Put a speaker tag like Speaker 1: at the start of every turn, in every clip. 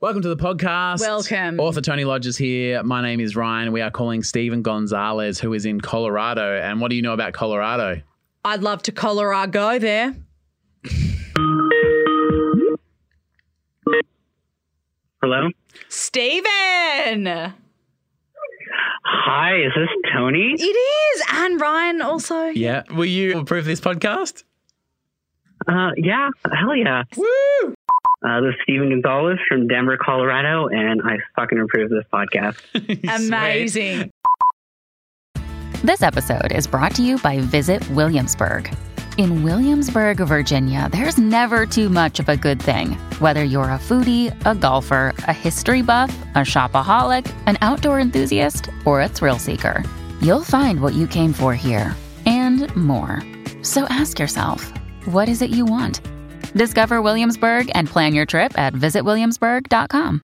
Speaker 1: Welcome to the podcast.
Speaker 2: Welcome.
Speaker 1: Author Tony Lodge is here. My name is Ryan. We are calling Stephen Gonzalez, who is in Colorado. And what do you know about Colorado?
Speaker 2: I'd love to Colorado go there.
Speaker 3: Hello?
Speaker 2: Steven!
Speaker 3: Hi, is this Tony?
Speaker 2: It is. And Ryan also.
Speaker 1: Yeah. Will you approve this podcast?
Speaker 3: Uh, yeah, hell yeah.
Speaker 1: Woo!
Speaker 3: Uh, this is Steven Gonzalez from Denver, Colorado, and I fucking approve this podcast.
Speaker 2: Amazing.
Speaker 4: This episode is brought to you by Visit Williamsburg. In Williamsburg, Virginia, there's never too much of a good thing. Whether you're a foodie, a golfer, a history buff, a shopaholic, an outdoor enthusiast, or a thrill seeker, you'll find what you came for here and more. So ask yourself, what is it you want? Discover Williamsburg and plan your trip at visitwilliamsburg.com.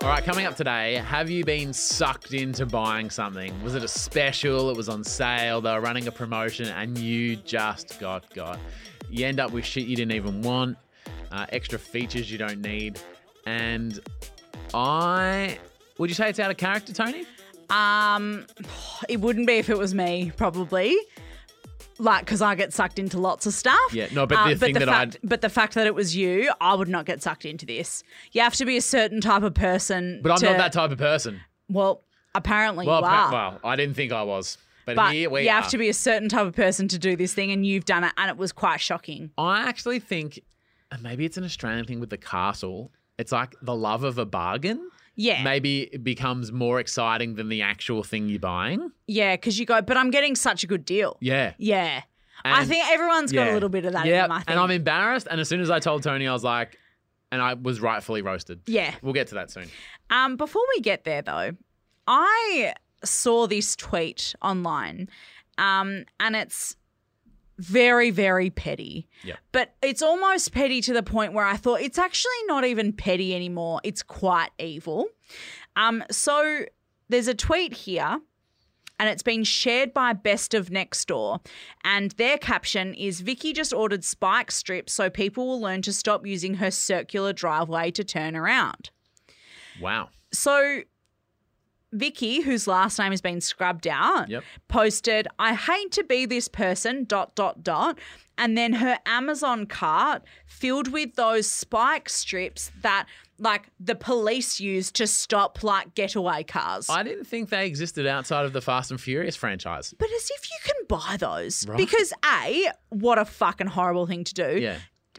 Speaker 1: All right, coming up today, have you been sucked into buying something? Was it a special? It was on sale, they were running a promotion, and you just got got. You end up with shit you didn't even want, uh, extra features you don't need. And I. Would you say it's out of character, Tony?
Speaker 2: Um, it wouldn't be if it was me, probably. Like, because I get sucked into lots of stuff.
Speaker 1: Yeah, no, but the thing that
Speaker 2: fact, but the fact that it was you, I would not get sucked into this. You have to be a certain type of person.
Speaker 1: But I'm
Speaker 2: to-
Speaker 1: not that type of person.
Speaker 2: Well, apparently
Speaker 1: Well,
Speaker 2: you
Speaker 1: appa-
Speaker 2: are.
Speaker 1: well, I didn't think I was. But,
Speaker 2: but
Speaker 1: here we
Speaker 2: you
Speaker 1: are.
Speaker 2: have to be a certain type of person to do this thing, and you've done it, and it was quite shocking.
Speaker 1: I actually think and maybe it's an Australian thing with the castle. It's like the love of a bargain.
Speaker 2: Yeah.
Speaker 1: Maybe it becomes more exciting than the actual thing you're buying.
Speaker 2: Yeah, because you go, but I'm getting such a good deal.
Speaker 1: Yeah.
Speaker 2: Yeah. I
Speaker 1: And-
Speaker 2: think everyone's got a little bit of that in
Speaker 1: Yeah.
Speaker 2: them, I think.
Speaker 1: And I'm embarrassed. And as soon as I told Tony, I was like, and I was rightfully roasted.
Speaker 2: yeah.
Speaker 1: We'll get to that soon.
Speaker 2: Um, before we get there, though, I saw this tweet online, um, and it's very, very petty.
Speaker 1: Yeah.
Speaker 2: But it's almost petty to the point where I thought it's actually not even petty anymore. It's quite evil. Um, so there's a tweet here. And it's been shared by Best of Next Door. And their caption is Vicky just ordered spike strips so people will learn to stop using her circular driveway to turn around.
Speaker 1: Wow.
Speaker 2: So Vicky, whose last name has been scrubbed out,
Speaker 1: Yep.
Speaker 2: posted, I hate to be this person, dot, dot, dot. And then her Amazon cart filled with those spike strips that like the police use to stop like getaway cars.
Speaker 1: I didn't think they existed outside of the Fast and Furious franchise.
Speaker 2: but as if you can buy those.
Speaker 1: Right.
Speaker 2: Because A, what a fucking horrible thing to do.
Speaker 1: Yeah.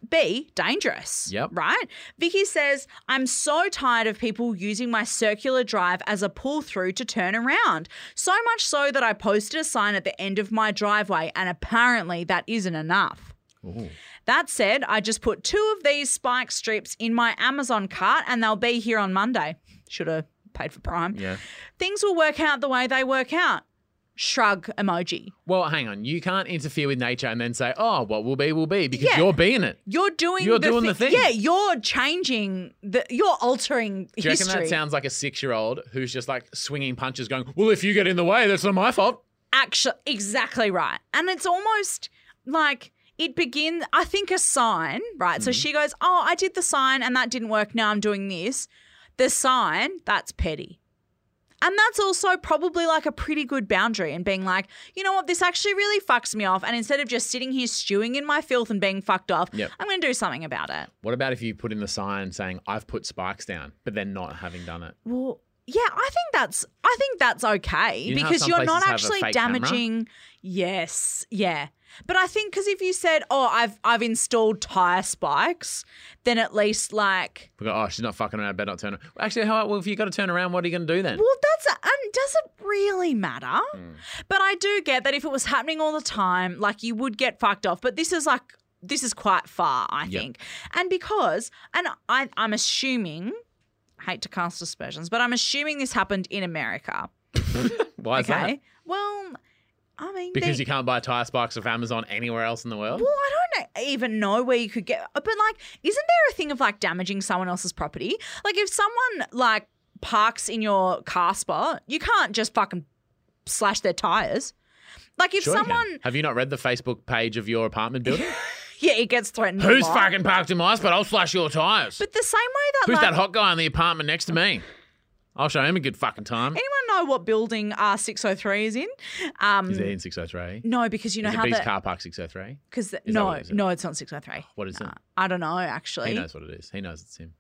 Speaker 2: B, dangerous.
Speaker 1: Yep.
Speaker 2: Right? Vicky says, I'm so tired of people using my circular drive as a pull through to turn around. So much so that I posted a sign at the end of my driveway, and apparently that isn't enough.
Speaker 1: Ooh.
Speaker 2: That said, I just put two of these spike strips in my Amazon cart and they'll be here on Monday. Should have paid for Prime.
Speaker 1: Yeah.
Speaker 2: Things will work out the way they work out. Shrug emoji.
Speaker 1: Well, hang on. You can't interfere with nature and then say, oh, what will be, will be, because
Speaker 2: Yeah.
Speaker 1: you're being it.
Speaker 2: You're doing
Speaker 1: You're
Speaker 2: the
Speaker 1: doing the thing.
Speaker 2: Yeah, you're changing the you're altering
Speaker 1: Do you reckon
Speaker 2: history.
Speaker 1: that sounds like a six year old who's just like swinging punches, going, Well, if you get in the way, that's not my fault?
Speaker 2: actually exactly right and it's almost like it begins i think a sign right so she goes oh i did the sign and that didn't work now i'm doing this the sign that's petty and that's also probably like a pretty good boundary and being like you know what this actually really fucks me off and instead of just sitting here stewing in my filth and being fucked off
Speaker 1: Yep.
Speaker 2: i'm going to do something about it
Speaker 1: What about if you put in the sign saying, I've put spikes down, but then not having done it?
Speaker 2: Well, yeah, I think that's I think that's okay
Speaker 1: You know how
Speaker 2: because
Speaker 1: some
Speaker 2: you're not
Speaker 1: places have a
Speaker 2: actually
Speaker 1: fake camera?
Speaker 2: damaging. Yes, yeah, but I think because if you said, "Oh, I've I've installed tire spikes," then at least like,
Speaker 1: We go, Oh, she's not fucking around, better not turn around. Well, actually, how, well, if you got to turn around, what are you going to do then?
Speaker 2: well, that's a, and does it really matter?
Speaker 1: Hmm.
Speaker 2: But I do get that if it was happening all the time, like you would get fucked off. But this is like this is quite far, I
Speaker 1: Yep.
Speaker 2: think, and because and I I'm assuming. Hate to cast aspersions, but I'm assuming this happened in America.
Speaker 1: Why is
Speaker 2: Okay.
Speaker 1: that?
Speaker 2: Well, I mean,
Speaker 1: Because
Speaker 2: they-
Speaker 1: you can't buy tire spikes off Amazon anywhere else in the world?
Speaker 2: well, I don't know- even know where you could uh, get, but like, isn't there a thing of like damaging someone else's property? Like, if someone like parks in your car spot, you can't just fucking slash their tires. Like if
Speaker 1: Sure you can.
Speaker 2: someone,
Speaker 1: Have you not read the Facebook page of your apartment building?
Speaker 2: yeah, it gets threatened. a
Speaker 1: Who's
Speaker 2: lot.
Speaker 1: fucking parked in my spot? I'll slash your tires.
Speaker 2: But the same way that
Speaker 1: Who's
Speaker 2: like,
Speaker 1: that hot guy in the apartment next to me? I'll show him a good fucking time.
Speaker 2: anyone know what building R six hundred three is in? Um,
Speaker 1: Is it in 603?
Speaker 2: no, because you know
Speaker 1: is
Speaker 2: how
Speaker 1: it Beast
Speaker 2: the
Speaker 1: Car Park 603?
Speaker 2: because the-
Speaker 1: Is that
Speaker 2: no,
Speaker 1: what it is?
Speaker 2: no, it's not six hundred three. Uh,
Speaker 1: What is it?
Speaker 2: I don't know actually.
Speaker 1: He knows what it is. He knows it's him.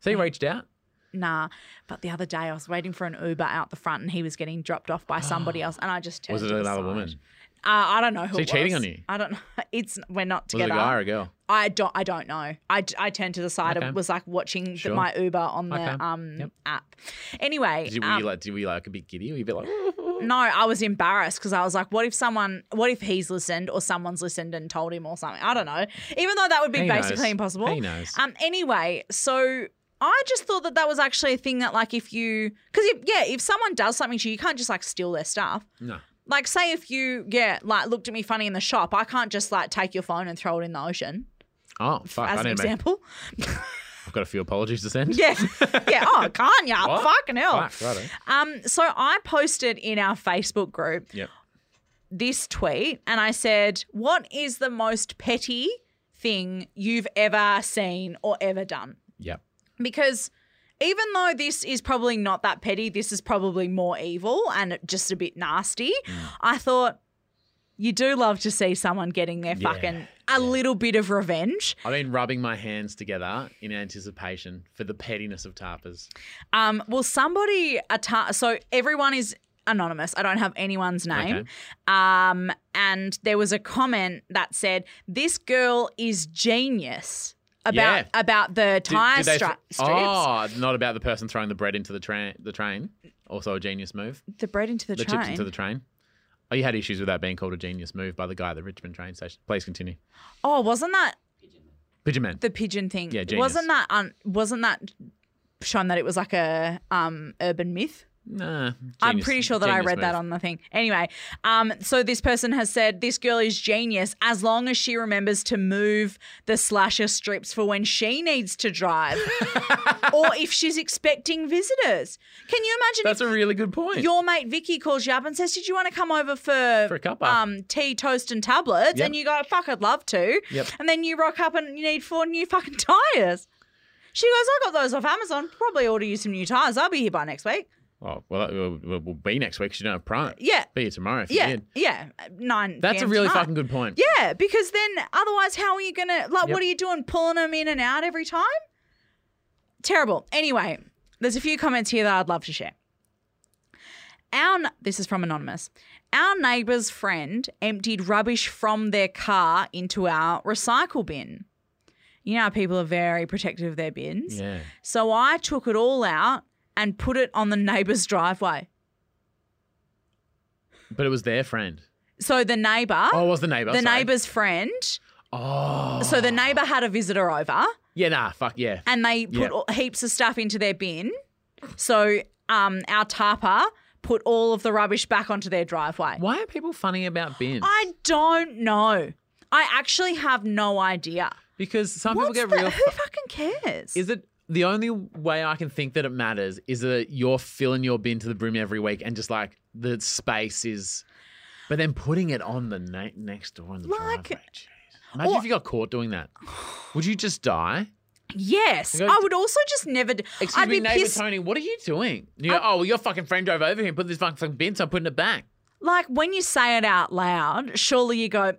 Speaker 1: So he reached out.
Speaker 2: Nah, but the other day I was waiting for an Uber out the front and he was getting dropped off by somebody else, and I just turned
Speaker 1: Was it
Speaker 2: to the
Speaker 1: another
Speaker 2: side.
Speaker 1: woman?
Speaker 2: Uh, I don't know who.
Speaker 1: he
Speaker 2: it
Speaker 1: cheating
Speaker 2: was.
Speaker 1: on you?
Speaker 2: I don't know. It's we're not
Speaker 1: Was it a
Speaker 2: together.
Speaker 1: guy or a girl?
Speaker 2: I don't. I don't know. I, d- I turned to the side.
Speaker 1: Okay.
Speaker 2: and was like watching the-
Speaker 1: Sure.
Speaker 2: my Uber on the
Speaker 1: Okay.
Speaker 2: um
Speaker 1: Yep.
Speaker 2: app. Anyway,
Speaker 1: Did you, were
Speaker 2: um,
Speaker 1: you like, did, were you like a bit giddy? Were you a bit like,
Speaker 2: no, I was embarrassed because I was like, what if someone? What if he's listened or someone's listened and told him or something? I don't know. Even though that would be
Speaker 1: He knows.
Speaker 2: basically impossible.
Speaker 1: He knows.
Speaker 2: Um. Anyway, so I just thought that that was actually a thing that, like, if you, because if, yeah, if someone does something to you, you can't just like steal their stuff.
Speaker 1: no.
Speaker 2: Like, say if you, yeah, like looked at me funny in the shop, I can't just like take your phone and throw it in the ocean.
Speaker 1: Oh, fuck.
Speaker 2: as
Speaker 1: I
Speaker 2: an
Speaker 1: didn't make,
Speaker 2: example,
Speaker 1: I've got a few apologies to send.
Speaker 2: yeah, yeah. Oh, can't ya?
Speaker 1: What?
Speaker 2: Fucking hell.
Speaker 1: Fuck, righto.
Speaker 2: Um. So I posted in our Facebook group
Speaker 1: Yep.
Speaker 2: this tweet, and I said, "What is the most petty thing you've ever seen or ever done?"
Speaker 1: Yep.
Speaker 2: because even though this is probably not that petty, this is probably more evil and just a bit nasty.
Speaker 1: Mm.
Speaker 2: I thought you do love to see someone getting their
Speaker 1: Yeah,
Speaker 2: fucking a little bit of revenge.
Speaker 1: I've been rubbing my hands together in anticipation for the pettiness of tarpers.
Speaker 2: Um, well, somebody atta- so everyone is anonymous. I don't have anyone's name.
Speaker 1: Okay.
Speaker 2: Um, and there was a comment that said, "This girl is genius." About
Speaker 1: Yeah.
Speaker 2: about the
Speaker 1: Did-
Speaker 2: tire
Speaker 1: did they
Speaker 2: stra-
Speaker 1: th-
Speaker 2: strips,
Speaker 1: Oh, not about the person throwing the bread into the train. The train, also a genius move.
Speaker 2: the bread into the,
Speaker 1: The,
Speaker 2: train.
Speaker 1: chips into the train. Oh, you had issues with that being called a genius move by the guy at the Richmond train station. Please continue.
Speaker 2: oh, wasn't that
Speaker 1: Pigeon man.
Speaker 2: the pigeon thing.
Speaker 1: Yeah, genius.
Speaker 2: wasn't that un- wasn't that shown that it was like a um urban myth?
Speaker 1: nah,
Speaker 2: I'm
Speaker 1: genius-
Speaker 2: pretty sure that I
Speaker 1: genius
Speaker 2: read that
Speaker 1: move.
Speaker 2: on the thing. Anyway, um, so this person has said this girl is genius as long as she remembers to move the slasher strips for when she needs to drive, or if she's expecting visitors. Can you imagine
Speaker 1: That's
Speaker 2: if
Speaker 1: a really good point.
Speaker 2: your mate Vicky calls you up and says, "Did you want to come over for
Speaker 1: For a cuppa."
Speaker 2: um tea, toast, and tablets?"
Speaker 1: Yep.
Speaker 2: And you go, "Fuck, I'd love to."
Speaker 1: Yep.
Speaker 2: And then you rock up and you need four new fucking tires. She goes, "I got those off Amazon. Probably order you some new tires. I'll be here by next week."
Speaker 1: oh well, that will, will- will be next week. 'cause you don't have prime.
Speaker 2: Yeah,
Speaker 1: Be here tomorrow if
Speaker 2: yeah,
Speaker 1: you did.
Speaker 2: yeah. Nine.
Speaker 1: That's a
Speaker 2: PM
Speaker 1: really
Speaker 2: tonight.
Speaker 1: fucking good point.
Speaker 2: Yeah, because then otherwise, how are you gonna like?
Speaker 1: Yep.
Speaker 2: What are you doing, pulling them in and out every time? Terrible. Anyway, there's a few comments here that I'd love to share. Our n- this is from anonymous. Our neighbour's friend emptied rubbish from their car into our recycle bin. You know, how people are very protective of their bins.
Speaker 1: Yeah.
Speaker 2: So I took it all out and put it on the neighbour's driveway.
Speaker 1: But it was their friend.
Speaker 2: So the neighbour,
Speaker 1: Oh, it was the neighbor.
Speaker 2: the
Speaker 1: sorry.
Speaker 2: neighbour's friend.
Speaker 1: Oh.
Speaker 2: So the neighbour had a visitor over.
Speaker 1: Yeah. Nah. Fuck yeah.
Speaker 2: and they put
Speaker 1: Yeah.
Speaker 2: all, heaps of stuff into their bin. So um, our tarpa put all of the rubbish back onto their driveway.
Speaker 1: Why are people funny about bins?
Speaker 2: I don't know. I actually have no idea.
Speaker 1: because some
Speaker 2: What's
Speaker 1: people
Speaker 2: the-
Speaker 1: get real.
Speaker 2: who fucking cares?
Speaker 1: Is it the only way I can think that it matters is that you're filling your bin to the brim every week and just like the space is, but then putting it on the na- next door in the
Speaker 2: Like-
Speaker 1: driveway. Jeez. Imagine
Speaker 2: Or-
Speaker 1: if you got caught doing that. Would you just die?
Speaker 2: yes,
Speaker 1: You go-
Speaker 2: I would also just never. d-
Speaker 1: Excuse
Speaker 2: I'd
Speaker 1: me,
Speaker 2: be
Speaker 1: neighbor
Speaker 2: pissed.
Speaker 1: Tony, what are you doing? You go, oh, well, your fucking friend drove over here and put this fucking bin, so I'm putting it back.
Speaker 2: Like when you say it out loud, surely you go,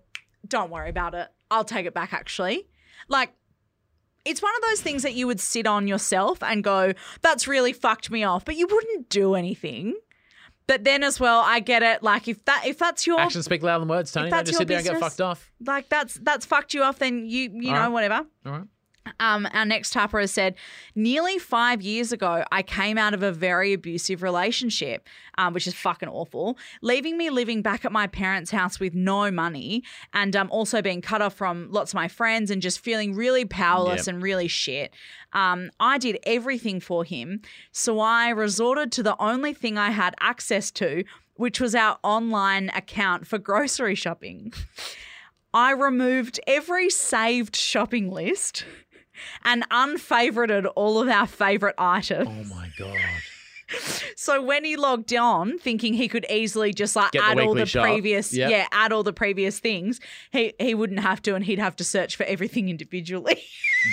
Speaker 2: "Don't worry about it. I'll take it back." Actually, like. It's one of those things that you would sit on yourself and go, that's really fucked me off, but you wouldn't do anything. But then as well, I get it. Like if that if that's your
Speaker 1: Actions speak louder than words, Tony. Don't
Speaker 2: that's
Speaker 1: just
Speaker 2: your
Speaker 1: sit there and get
Speaker 2: business-
Speaker 1: fucked off.
Speaker 2: like that's that's fucked you off, then you you
Speaker 1: All
Speaker 2: know
Speaker 1: right.
Speaker 2: whatever.
Speaker 1: All right.
Speaker 2: Um, our next tapper has said, nearly five years ago, I came out of a very abusive relationship, um, which is fucking awful, leaving me living back at my parents' house with no money and um, also being cut off from lots of my friends and just feeling really powerless
Speaker 1: Yep.
Speaker 2: and really shit. Um, I did everything for him. So I resorted to the only thing I had access to, which was our online account for grocery shopping. I removed every saved shopping list and unfavorited all of our favorite items.
Speaker 1: Oh my God.
Speaker 2: So when he logged on, thinking he could easily just like
Speaker 1: Get the
Speaker 2: add all
Speaker 1: weekly
Speaker 2: the
Speaker 1: shop.
Speaker 2: previous,
Speaker 1: Yep.
Speaker 2: yeah, add all the previous things, he he wouldn't have to, and he'd have to search for everything individually.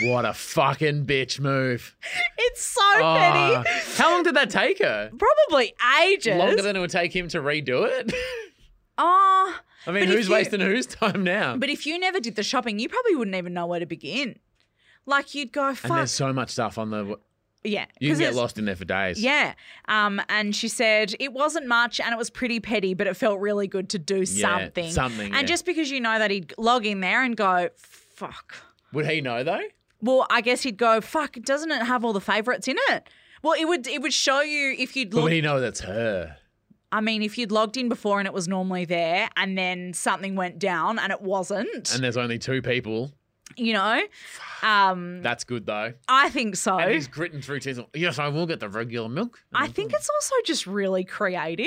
Speaker 1: What a fucking bitch move.
Speaker 2: it's so
Speaker 1: Ah.
Speaker 2: petty.
Speaker 1: how long did that take her?
Speaker 2: Probably ages.
Speaker 1: Longer than it would take him to redo it.
Speaker 2: Ah,
Speaker 1: I mean,
Speaker 2: But if
Speaker 1: who's
Speaker 2: you-
Speaker 1: wasting whose time now?
Speaker 2: but if you never did the shopping, you probably wouldn't even know where to begin. Like you'd go,
Speaker 1: and
Speaker 2: fuck,
Speaker 1: there's so much stuff on the.
Speaker 2: yeah,
Speaker 1: You can
Speaker 2: 'cause
Speaker 1: get
Speaker 2: it's-
Speaker 1: lost in there for days.
Speaker 2: Yeah. Um, and she said it wasn't much and it was pretty petty, but it felt really good to do
Speaker 1: Yeah,
Speaker 2: something.
Speaker 1: Something. yeah.
Speaker 2: and just because you know that he'd log in there and go, fuck.
Speaker 1: Would he know though?
Speaker 2: Well, I guess he'd go, fuck, doesn't it have all the favorites in it? Well, it would it would show you if you'd
Speaker 1: But
Speaker 2: logged
Speaker 1: would he know that's her?
Speaker 2: I mean, if you'd logged in before and it was normally there and then something went down and it wasn't,
Speaker 1: And there's only two people.
Speaker 2: you know? Um
Speaker 1: That's good though.
Speaker 2: I think so.
Speaker 1: And he's gritting through teeth. Yes, I will get the regular milk.
Speaker 2: Oh. I think it's also just really creative.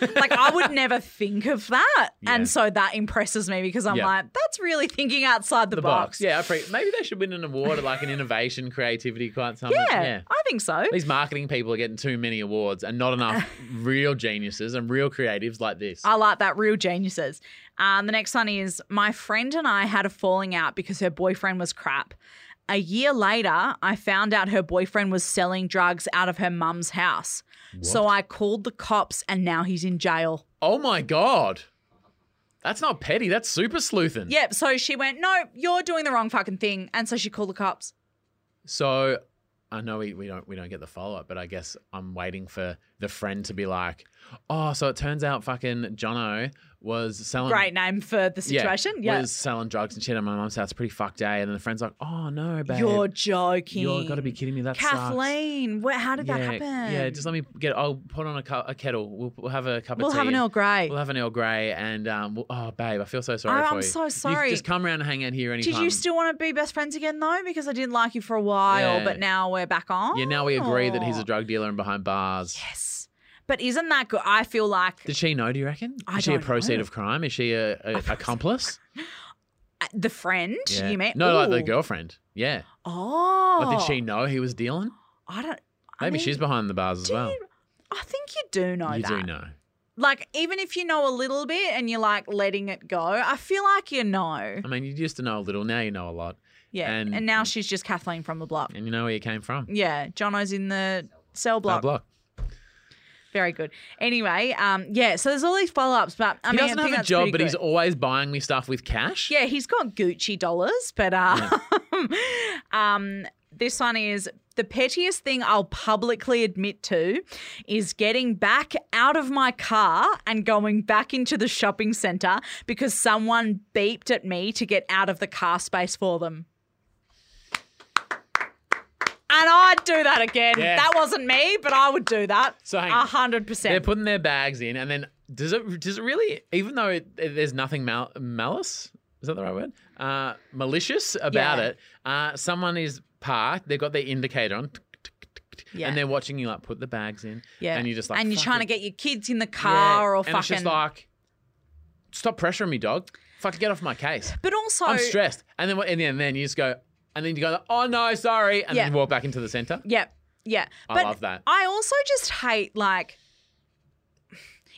Speaker 2: Like I would never think of that,
Speaker 1: Yeah.
Speaker 2: and so that impresses me because I'm
Speaker 1: Yeah.
Speaker 2: like, that's really thinking outside the,
Speaker 1: the box.
Speaker 2: box.
Speaker 1: Yeah, I pre- maybe they should win an award at like an innovation creativity quite something.
Speaker 2: Yeah, I think so.
Speaker 1: These marketing people are getting too many awards and not enough real geniuses and real creatives like this.
Speaker 2: I like that. Real geniuses. Um, the next one is my friend and I had a falling out because her boyfriend was crap. A year later, I found out her boyfriend was selling drugs out of her mum's house. So I called the cops, and now he's in jail.
Speaker 1: oh my god. That's not petty, that's super sleuthing.
Speaker 2: Yep. So she went, no, you're doing the wrong fucking thing, and so she called the cops.
Speaker 1: So I know we, we don't we don't get the follow up, but I guess I'm waiting for the friend to be like, Oh, so it turns out fucking Jono was selling
Speaker 2: great name for the situation. Yeah.
Speaker 1: was selling drugs and shit at my mum's house. Pretty fucked day. And then the friend's like, oh no, babe.
Speaker 2: You're joking.
Speaker 1: You're gotta be kidding me. That sucks."
Speaker 2: Kathleen, where, how did that
Speaker 1: Yeah,
Speaker 2: happen?
Speaker 1: Yeah, just let me get. I'll put on a, cu- a kettle. We'll, we'll have a cup
Speaker 2: We'll
Speaker 1: of tea.
Speaker 2: have an
Speaker 1: and-
Speaker 2: Earl Grey.
Speaker 1: We'll have an Earl Grey, and um, we'll- oh, babe, I feel so sorry
Speaker 2: Oh,
Speaker 1: for
Speaker 2: I'm
Speaker 1: you.
Speaker 2: so
Speaker 1: You
Speaker 2: sorry.
Speaker 1: just come around and hang out here anytime.
Speaker 2: Did you still want to be best friends again though? Because I didn't like you for a while,
Speaker 1: Yeah.
Speaker 2: but now we're back on.
Speaker 1: Yeah, now we agree that
Speaker 2: Oh.
Speaker 1: he's a drug dealer and behind bars.
Speaker 2: Yes, but isn't that good? I feel like
Speaker 1: Did she know? Do you reckon?
Speaker 2: I
Speaker 1: Is she
Speaker 2: don't
Speaker 1: a proceed
Speaker 2: know.
Speaker 1: of crime? Is she a, a accomplice?
Speaker 2: uh, the friend
Speaker 1: Yeah.
Speaker 2: you met.
Speaker 1: No, like the
Speaker 2: Ooh.
Speaker 1: girlfriend. Yeah.
Speaker 2: Oh,
Speaker 1: But did she know he was dealing?
Speaker 2: I don't. I
Speaker 1: Maybe
Speaker 2: mean,
Speaker 1: she's behind the bars as
Speaker 2: do
Speaker 1: well.
Speaker 2: you- I think you do know
Speaker 1: you
Speaker 2: that.
Speaker 1: do know.
Speaker 2: Like even if you know a little bit and you're like letting it go, I feel like you know.
Speaker 1: I mean, you used to know a little. Now you know a lot,
Speaker 2: Yeah.
Speaker 1: And-
Speaker 2: And, now she's just Kathleen from the block.
Speaker 1: and you know where you came from.
Speaker 2: Yeah. Jono's in the cell
Speaker 1: That
Speaker 2: block.
Speaker 1: block.
Speaker 2: Very good. Anyway, um, yeah, so there's all these follow ups, but I
Speaker 1: he
Speaker 2: mean, I
Speaker 1: doesn't
Speaker 2: think
Speaker 1: have a
Speaker 2: that's
Speaker 1: job,
Speaker 2: pretty
Speaker 1: but he's
Speaker 2: good.
Speaker 1: always buying me stuff with cash.
Speaker 2: Yeah, he's got Gucci dollars, but uh, um, this one is the pettiest thing I'll publicly admit to is getting back out of my car and going back into the shopping centre because someone beeped at me to get out of the car space for them. And I'd do that again.
Speaker 1: Yeah.
Speaker 2: That wasn't me, but I would do that.
Speaker 1: So hang
Speaker 2: a
Speaker 1: on.
Speaker 2: hundred
Speaker 1: They're
Speaker 2: percent.
Speaker 1: putting their bags in, and then does it does it really? Even though it, there's nothing mal- malice, is that the right word? Uh, malicious about
Speaker 2: Yeah.
Speaker 1: it. Uh, someone is parked. They've got their indicator on, tick, tick, tick, tick, tick,
Speaker 2: Yeah.
Speaker 1: and they're watching you like put the bags in. and you're just like,
Speaker 2: and you're
Speaker 1: "Fuck
Speaker 2: trying
Speaker 1: it."
Speaker 2: to get your kids in the
Speaker 1: Yeah,
Speaker 2: car or
Speaker 1: and it's just
Speaker 2: fucking.
Speaker 1: like, stop pressuring me, dog. Fuck, get off my case.
Speaker 2: but also,
Speaker 1: I'm stressed. And then what- and then, then you just go, and then you go, oh no, sorry, and
Speaker 2: Yeah.
Speaker 1: then you walk back into the center.
Speaker 2: Yeah, yeah.
Speaker 1: I
Speaker 2: but
Speaker 1: love that.
Speaker 2: I also just hate like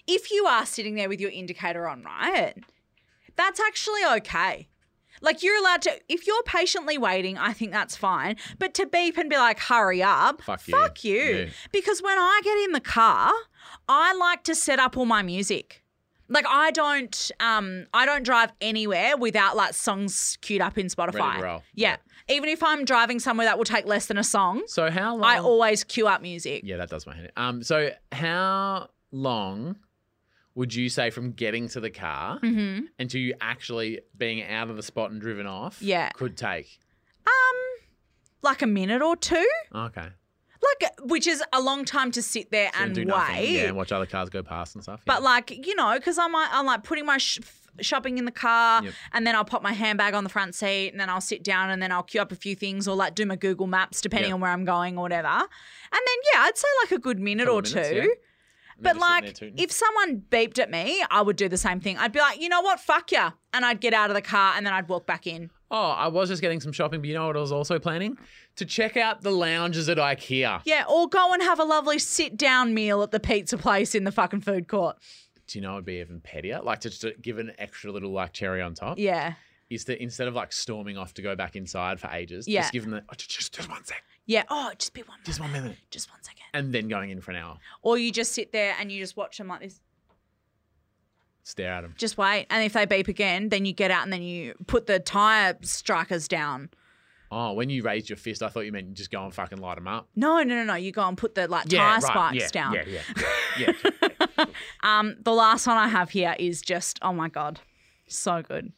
Speaker 2: if you are sitting there with your indicator on, right? That's actually okay. Like you're allowed to if you're patiently waiting, I think that's fine. But to beep and be like, hurry up,
Speaker 1: Fuck you.
Speaker 2: fuck you.
Speaker 1: Yeah.
Speaker 2: Because when I get in the car, I like to set up all my music. Like I don't um I don't drive anywhere without like songs queued up in Spotify.
Speaker 1: roll.
Speaker 2: Yeah. Even if I'm driving somewhere that will take less than a song,
Speaker 1: So how long?
Speaker 2: I always queue up music.
Speaker 1: Oh. Yeah, that does my head. in. Um, so how long would you say from getting to the car
Speaker 2: hmm
Speaker 1: until you actually being out of the spot and driven off?
Speaker 2: Yeah.
Speaker 1: could take.
Speaker 2: Like a minute or two,
Speaker 1: Okay,
Speaker 2: like which is a long time to sit there
Speaker 1: So
Speaker 2: and
Speaker 1: do
Speaker 2: wait.
Speaker 1: nothing. Yeah, and watch other cars go past and stuff.
Speaker 2: But
Speaker 1: yeah.
Speaker 2: like you know, because I'm like, I'm like putting my sh- shopping in the car,
Speaker 1: Yep.
Speaker 2: and then I'll pop my handbag on the front seat, and then I'll sit down, and then I'll queue up a few things, or like do my Google Maps depending
Speaker 1: Yep.
Speaker 2: on where I'm going or whatever. And then yeah, I'd say like a good minute
Speaker 1: Couple
Speaker 2: or
Speaker 1: of
Speaker 2: two.
Speaker 1: minutes, yeah. And they're
Speaker 2: But
Speaker 1: just sitting
Speaker 2: like,
Speaker 1: there tooting.
Speaker 2: if someone beeped at me, I would do the same thing. I'd be like, you know what, fuck ya, and I'd get out of the car, and then I'd walk back in.
Speaker 1: Oh, I was just getting some shopping, but you know what I was also planning? To check out the lounges at IKEA.
Speaker 2: Yeah, or go and have a lovely sit down meal at the pizza place in the fucking food court.
Speaker 1: Do you know it'd be even pettier? Like to just give an extra little like cherry on top.
Speaker 2: Yeah.
Speaker 1: Is that instead of like storming off to go back inside for ages,
Speaker 2: Yeah.
Speaker 1: just give them the oh, ju- just just one sec,
Speaker 2: Yeah. Oh, just be one
Speaker 1: just
Speaker 2: moment.
Speaker 1: one minute,
Speaker 2: Just one second.
Speaker 1: and then going in for an hour,
Speaker 2: Or you just sit there and you just watch them like this.
Speaker 1: stare at them.
Speaker 2: Just wait. And if they beep again, then you get out and then you put the tire strikers down.
Speaker 1: Oh, when you raised your fist, I thought you meant just go and fucking light them up.
Speaker 2: No, no, no, no. You go and put the like
Speaker 1: Yeah,
Speaker 2: tire
Speaker 1: right.
Speaker 2: spikes
Speaker 1: yeah,
Speaker 2: down.
Speaker 1: Yeah, yeah, yeah. yeah.
Speaker 2: Um, the last one I have here is just, oh my God, so good.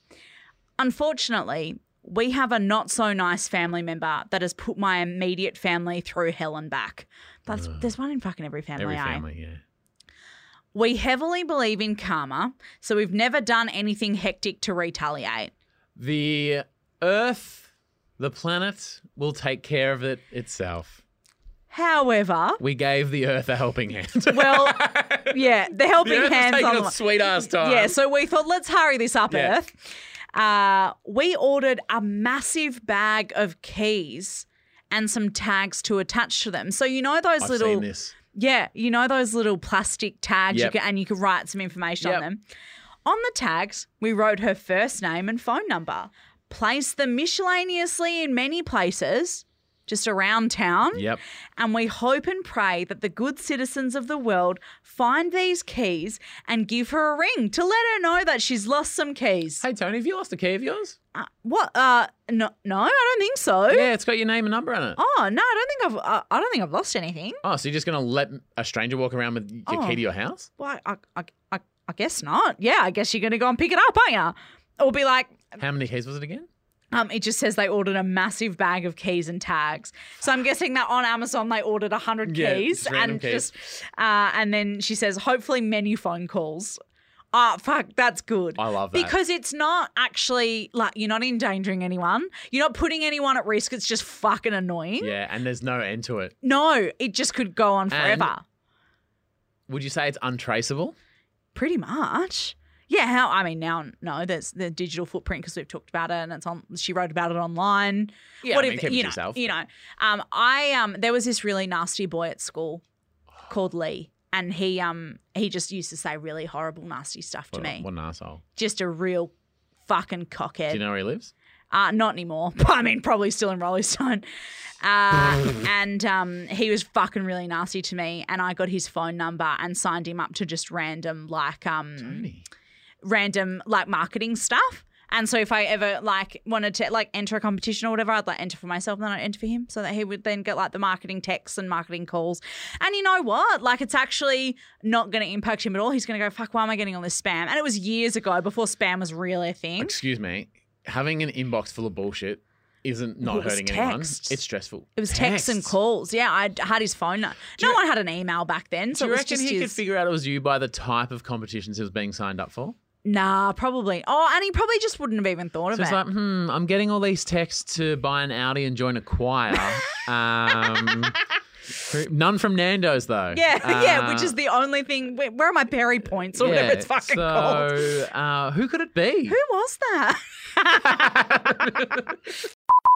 Speaker 2: Unfortunately, we have a not so nice family member that has put my immediate family through hell and back. That's, there's one in fucking every family,
Speaker 1: Every
Speaker 2: eh?
Speaker 1: family, yeah.
Speaker 2: We heavily believe in karma, so we've never done anything hectic to retaliate.
Speaker 1: The Earth, the planet, will take care of it itself.
Speaker 2: However,
Speaker 1: We gave the Earth a helping hand.
Speaker 2: well, yeah, the helping
Speaker 1: the Earth was
Speaker 2: hands
Speaker 1: taking
Speaker 2: on
Speaker 1: its sweet ass time.
Speaker 2: Yeah, so we thought, let's hurry this up,
Speaker 1: Yeah.
Speaker 2: Earth. Uh, we ordered a massive bag of keys and some tags to attach to them. So you know those
Speaker 1: I've
Speaker 2: little,
Speaker 1: seen this.
Speaker 2: yeah, you know those little plastic tags,
Speaker 1: Yep.
Speaker 2: you can, and you could write some information
Speaker 1: Yep.
Speaker 2: on them. On the tags, we wrote her first name and phone number. Placed them miscellaneously in many places, just around town
Speaker 1: Yep.
Speaker 2: and we hope and pray that the good citizens of the world find these keys and give her a ring to let her know that she's lost some keys.
Speaker 1: Hey Tony, have you lost a key of yours?
Speaker 2: Uh, what? Uh, no, no, I don't think so.
Speaker 1: Yeah, it's got your name and number on it.
Speaker 2: Oh no, I don't think I've. Uh, I don't think I've lost anything.
Speaker 1: Oh, so you're just gonna let a stranger walk around with your
Speaker 2: Oh.
Speaker 1: key to your house?
Speaker 2: Why? I, I, I, I guess not. Yeah, I guess you're gonna go and pick it up, aren't you? Or be like,
Speaker 1: How many keys was it again?
Speaker 2: um, it just says they ordered a massive bag of keys and tags. So I'm guessing that on Amazon they ordered hundred
Speaker 1: Yeah,
Speaker 2: keys
Speaker 1: just random
Speaker 2: and
Speaker 1: keys.
Speaker 2: just, uh, and then she says hopefully many phone calls. Ah, fuck, that's good.
Speaker 1: I love that.
Speaker 2: Because it's not actually like you're not endangering anyone. You're not putting anyone at risk. It's just fucking annoying.
Speaker 1: yeah, and there's no end to it.
Speaker 2: No, it just could go
Speaker 1: And-
Speaker 2: on forever.
Speaker 1: Would you say it's untraceable?
Speaker 2: Pretty much. Yeah, how I mean now no, there's the digital footprint because we've talked about it and it's on she wrote about it online.
Speaker 1: Yeah,
Speaker 2: what
Speaker 1: I
Speaker 2: if
Speaker 1: mean, keep it
Speaker 2: you
Speaker 1: to
Speaker 2: know,
Speaker 1: yourself.
Speaker 2: you know. Um I um there was this really nasty boy at school called Lee and he um he just used to say really horrible nasty stuff to
Speaker 1: What,
Speaker 2: me.
Speaker 1: what an asshole.
Speaker 2: Just a real fucking cockhead.
Speaker 1: Do you know where he lives?
Speaker 2: Uh, not anymore. I mean, probably still in Rolling Stone. Uh, and um, he was fucking really nasty to me. And I got his phone number and signed him up to just random, like, um,
Speaker 1: Tony.
Speaker 2: random, like, marketing stuff. And so if I ever like wanted to like enter a competition or whatever, I'd like enter for myself and then I'd enter for him so that he would then get like the marketing texts and marketing calls. And you know what? Like it's actually not gonna impact him at all. He's gonna go, fuck, why am I getting all this spam? And it was years ago before spam was really a thing.
Speaker 1: Excuse me. Having an inbox full of bullshit isn't not
Speaker 2: Well, it was
Speaker 1: hurting anyone.
Speaker 2: texts.
Speaker 1: It's stressful.
Speaker 2: It was texts and calls. Yeah, I had his phone. No,
Speaker 1: you
Speaker 2: no one had an email back then, so
Speaker 1: Do you
Speaker 2: it was
Speaker 1: reckon
Speaker 2: just
Speaker 1: he
Speaker 2: his.
Speaker 1: could figure out it was you by the type of competitions he was being signed up for?
Speaker 2: nah, probably. Oh, and he probably just wouldn't have even thought
Speaker 1: So
Speaker 2: of
Speaker 1: it's
Speaker 2: it.
Speaker 1: like, hmm, I'm getting all these texts to buy an Audi and join a choir. um, none from Nando's though.
Speaker 2: yeah, yeah, which
Speaker 1: Uh,
Speaker 2: is the only thing. Where, where are my berry points or
Speaker 1: Um, yeah,
Speaker 2: whatever it's fucking
Speaker 1: so,
Speaker 2: called?
Speaker 1: uh, who could it be?
Speaker 2: Who was that?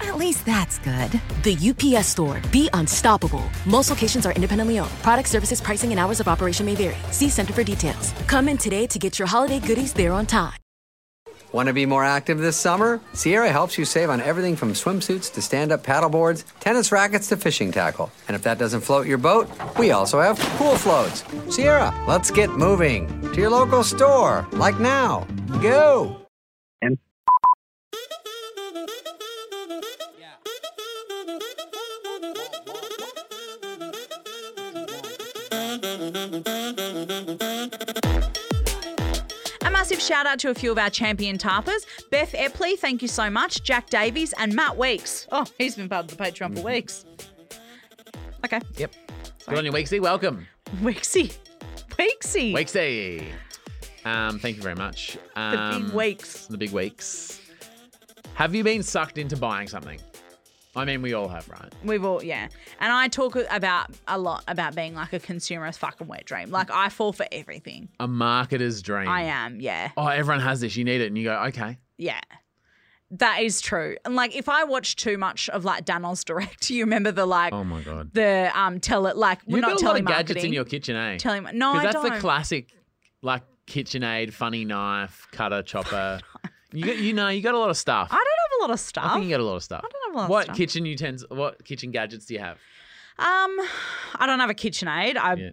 Speaker 5: At least that's good.
Speaker 6: The UPS store. Be unstoppable. Most locations are independently owned. Product services, pricing, and hours of operation may vary. See Center for details. Come in today to get your holiday goodies there on time.
Speaker 7: Want to be more active this summer? Sierra helps you save on everything from swimsuits to stand up paddleboards, tennis rackets to fishing tackle. And if that doesn't float your boat, we also have pool floats. Sierra, let's get moving to your local store, like now. Go!
Speaker 2: A massive shout out to a few of our champion tarpers. Beth Epley, thank you so much. Jack Davies and Matt Weeks. Oh,
Speaker 1: Mm-hmm.
Speaker 2: he's been part of the Patreon for weeks. Okay.
Speaker 1: Good on you, Weeksy. Welcome.
Speaker 2: Weeksy. Weeksy.
Speaker 1: Wakesy. Um, thank you very much.
Speaker 2: The
Speaker 1: Um,
Speaker 2: big weeks.
Speaker 1: The big weeks. Have you been sucked into buying something? I mean, we all have, right?
Speaker 2: We've all, yeah. And I talk about a lot about being like a consumer's fucking wet dream. Like, I fall for everything.
Speaker 1: A marketer's dream.
Speaker 2: I am, yeah.
Speaker 1: Oh, everyone has this. You need it, and you go, okay.
Speaker 2: Yeah. That is true. And like if I watch too much of like Danil's direct, you remember the like
Speaker 1: Oh my god.
Speaker 2: the um tele like we're
Speaker 1: You've
Speaker 2: not
Speaker 1: got a lot
Speaker 2: telling
Speaker 1: of gadgets in your kitchen, eh?
Speaker 2: telling no I
Speaker 1: Because that's
Speaker 2: don't.
Speaker 1: the classic, like KitchenAid, funny knife, cutter, chopper. you got, you know, you got a lot of stuff.
Speaker 2: I don't have a lot of
Speaker 1: I
Speaker 2: stuff.
Speaker 1: think you got a lot of stuff. I
Speaker 2: don't have a lot of
Speaker 1: what
Speaker 2: stuff.
Speaker 1: kitchen utens- What kitchen gadgets do you have?
Speaker 2: um I don't have a KitchenAid. I
Speaker 1: Yeah.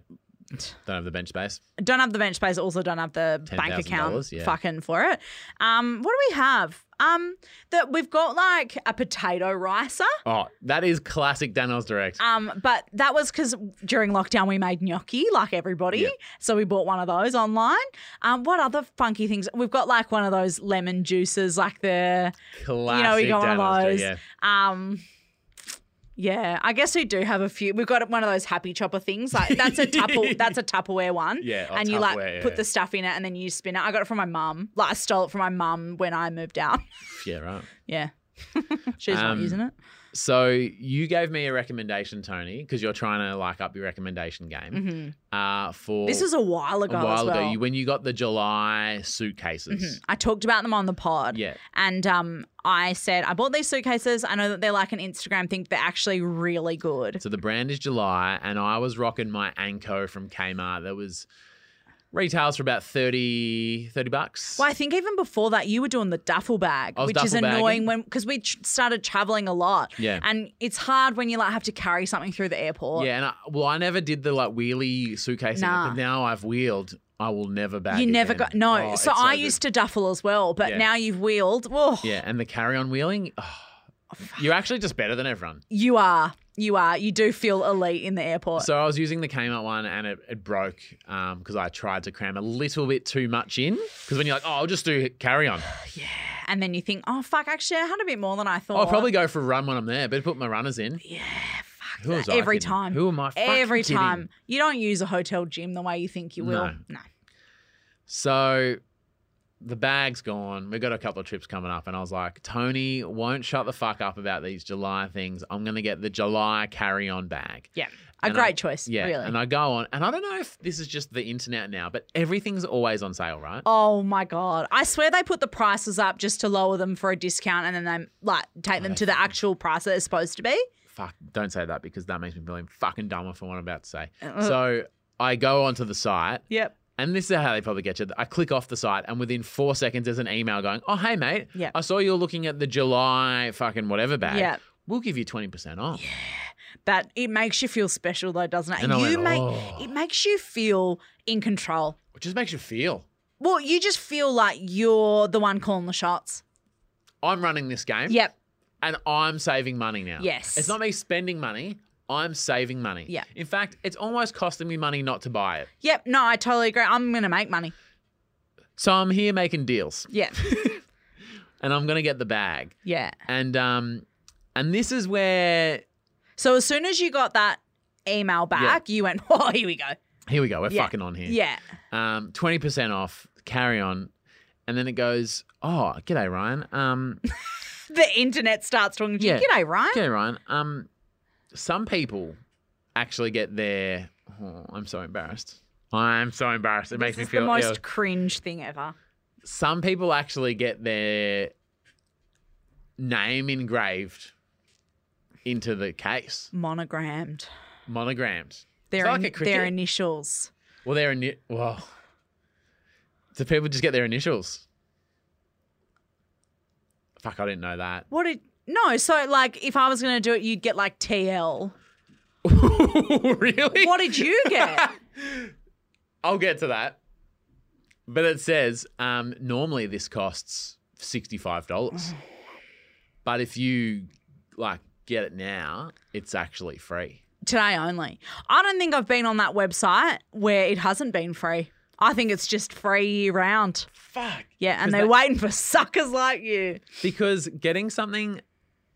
Speaker 1: Don't have the bench space.
Speaker 2: don't have the bench space, also don't have the bank account
Speaker 1: $10,000, yeah.
Speaker 2: fucking for it. Um what do we have? Um that we've got like a potato ricer.
Speaker 1: Oh, that is classic Daniel's direct.
Speaker 2: Um, but that was because during lockdown we made gnocchi like everybody.
Speaker 1: Yeah.
Speaker 2: So we bought one of those online. Um, what other funky things? We've got like one of those lemon juices, like the
Speaker 1: classic.
Speaker 2: you know we got one
Speaker 1: Daniel's
Speaker 2: of
Speaker 1: direct,
Speaker 2: those. Um, yeah, I guess we do have a few. We've got one of those happy chopper things. Like that's a Tupper, that's a Tupperware one.
Speaker 1: Yeah, oh,
Speaker 2: and you like
Speaker 1: Tupperware, yeah.
Speaker 2: put the stuff in it and then you spin it. I got it from my mum. Like I stole it from my mum when I moved out.
Speaker 1: Yeah. Yeah. Right.
Speaker 2: yeah, she's not
Speaker 1: Um,
Speaker 2: using it.
Speaker 1: So you gave me a recommendation, Tony, because you're trying to like up your recommendation game.
Speaker 2: hmm
Speaker 1: Uh, for
Speaker 2: This was a while
Speaker 1: a
Speaker 2: ago.
Speaker 1: while
Speaker 2: as
Speaker 1: ago
Speaker 2: well. Mm-hmm.
Speaker 1: you, when you got the July suitcases.
Speaker 2: I talked about them on the pod.
Speaker 1: Yeah.
Speaker 2: And um, I said, I bought these suitcases. I know that they're like an Instagram thing. but They're actually really good.
Speaker 1: So the brand is July, and I was rocking my Anko from Kmart that was retails for about 30, 30 bucks.
Speaker 2: Well, I think even before that, you were doing the duffel bag,
Speaker 1: I was
Speaker 2: which is
Speaker 1: duffel bagging.
Speaker 2: annoying when because we tr- started traveling a lot.
Speaker 1: Yeah.
Speaker 2: And it's hard when you like have to carry something through the airport.
Speaker 1: Yeah, and I, well, I never did the like wheelie suitcasing,
Speaker 2: Nah.
Speaker 1: but now I've wheeled. I will never bag.
Speaker 2: You never
Speaker 1: again.
Speaker 2: got no.
Speaker 1: Oh,
Speaker 2: so
Speaker 1: it's
Speaker 2: I
Speaker 1: good.
Speaker 2: used to duffel as well, but
Speaker 1: Yeah.
Speaker 2: now you've wheeled. oh, Whoa,
Speaker 1: Yeah, and the carry-on wheeling. oh, you're actually just better than everyone.
Speaker 2: you are, you are, you do feel elite in the airport.
Speaker 1: So I was using the Kmart one and it, it broke because I tried to cram a little bit too much in. Because when you're like, oh, I'll just do carry on.
Speaker 2: and then you think, oh fuck, actually, I had a bit more than I thought.
Speaker 1: I'll probably go for a run when I'm there. Better put my runners in. Yeah, fuck. Who was I
Speaker 2: every
Speaker 1: kidding?
Speaker 2: time.
Speaker 1: Who am I? fucking
Speaker 2: every
Speaker 1: kidding?
Speaker 2: time. You don't use a hotel gym the way you think you will.
Speaker 1: No.
Speaker 2: no.
Speaker 1: So the bag's gone. We've got a couple of trips coming up. And I was like, Tony won't shut the fuck up about these July things. I'm going to get the July carry on bag.
Speaker 2: Yeah. A
Speaker 1: And
Speaker 2: great
Speaker 1: I-
Speaker 2: choice.
Speaker 1: Yeah.
Speaker 2: Really.
Speaker 1: And I go on. And I don't know if this is just the internet now, but everything's always on sale, right?
Speaker 2: oh my god. I swear they put the prices up just to lower them for a discount and then they like take them to the actual price that it's supposed to be.
Speaker 1: fuck, don't say that because that makes me feel even fucking dumber for what I'm about to say.
Speaker 2: Uh-uh.
Speaker 1: So I go onto the site,
Speaker 2: Yep.
Speaker 1: and this is how they probably get you. I click off the site, and within four seconds, there's an email going, "Oh, hey mate,
Speaker 2: Yep.
Speaker 1: I saw you're looking at the July fucking whatever bag.
Speaker 2: Yep.
Speaker 1: We'll give you twenty percent off."
Speaker 2: But it makes you feel special though, doesn't it?
Speaker 1: And I
Speaker 2: you
Speaker 1: went,
Speaker 2: make
Speaker 1: "Oh."
Speaker 2: it makes you feel in control.
Speaker 1: It just makes you feel
Speaker 2: Well, you just feel like you're the one calling the shots.
Speaker 1: I'm running this game.
Speaker 2: Yep.
Speaker 1: and I'm saving money now.
Speaker 2: Yes.
Speaker 1: it's not me spending money. I'm saving money.
Speaker 2: Yeah.
Speaker 1: In fact, it's almost costing me money not to buy it.
Speaker 2: Yep. No, I totally agree. I'm gonna make money.
Speaker 1: So I'm here making deals,
Speaker 2: Yeah.
Speaker 1: and I'm gonna get the bag.
Speaker 2: yeah.
Speaker 1: And um, and this is where
Speaker 2: So as soon as you got that email back, you went, "Oh, here we go."
Speaker 1: Here we go. We're
Speaker 2: Yeah.
Speaker 1: fucking on here.
Speaker 2: Yeah.
Speaker 1: Um, 20% off, carry on. And then it goes, oh, g'day, Ryan. Um,
Speaker 2: The internet starts talking to
Speaker 1: Yeah.
Speaker 2: you. G'day, Ryan.
Speaker 1: g'day, Ryan. Um, some people actually get their, oh, I'm so embarrassed. I'm so embarrassed. It makes me
Speaker 2: This is the
Speaker 1: feel
Speaker 2: most
Speaker 1: ill.
Speaker 2: cringe thing ever.
Speaker 1: Some people actually get their name engraved into the case,
Speaker 2: Monogrammed.
Speaker 1: monogrammed.
Speaker 2: Their,
Speaker 1: like
Speaker 2: in-
Speaker 1: a cricket.
Speaker 2: their initials.
Speaker 1: Well, their ini- well, do people just get their initials? Fuck, I didn't know that.
Speaker 2: What did? No, so like if I was gonna do it, you'd get like TL.
Speaker 1: really?
Speaker 2: What did you get?
Speaker 1: I'll get to that. But it says um, normally this costs sixty five dollars, but if you like get it now, it's actually free.
Speaker 2: Today only. I don't think I've been on that website where it hasn't been free. I think it's just free year round.
Speaker 1: Fuck.
Speaker 2: Yeah, and
Speaker 1: 'Cause
Speaker 2: they're
Speaker 1: that-
Speaker 2: waiting for suckers like you.
Speaker 1: Because getting something,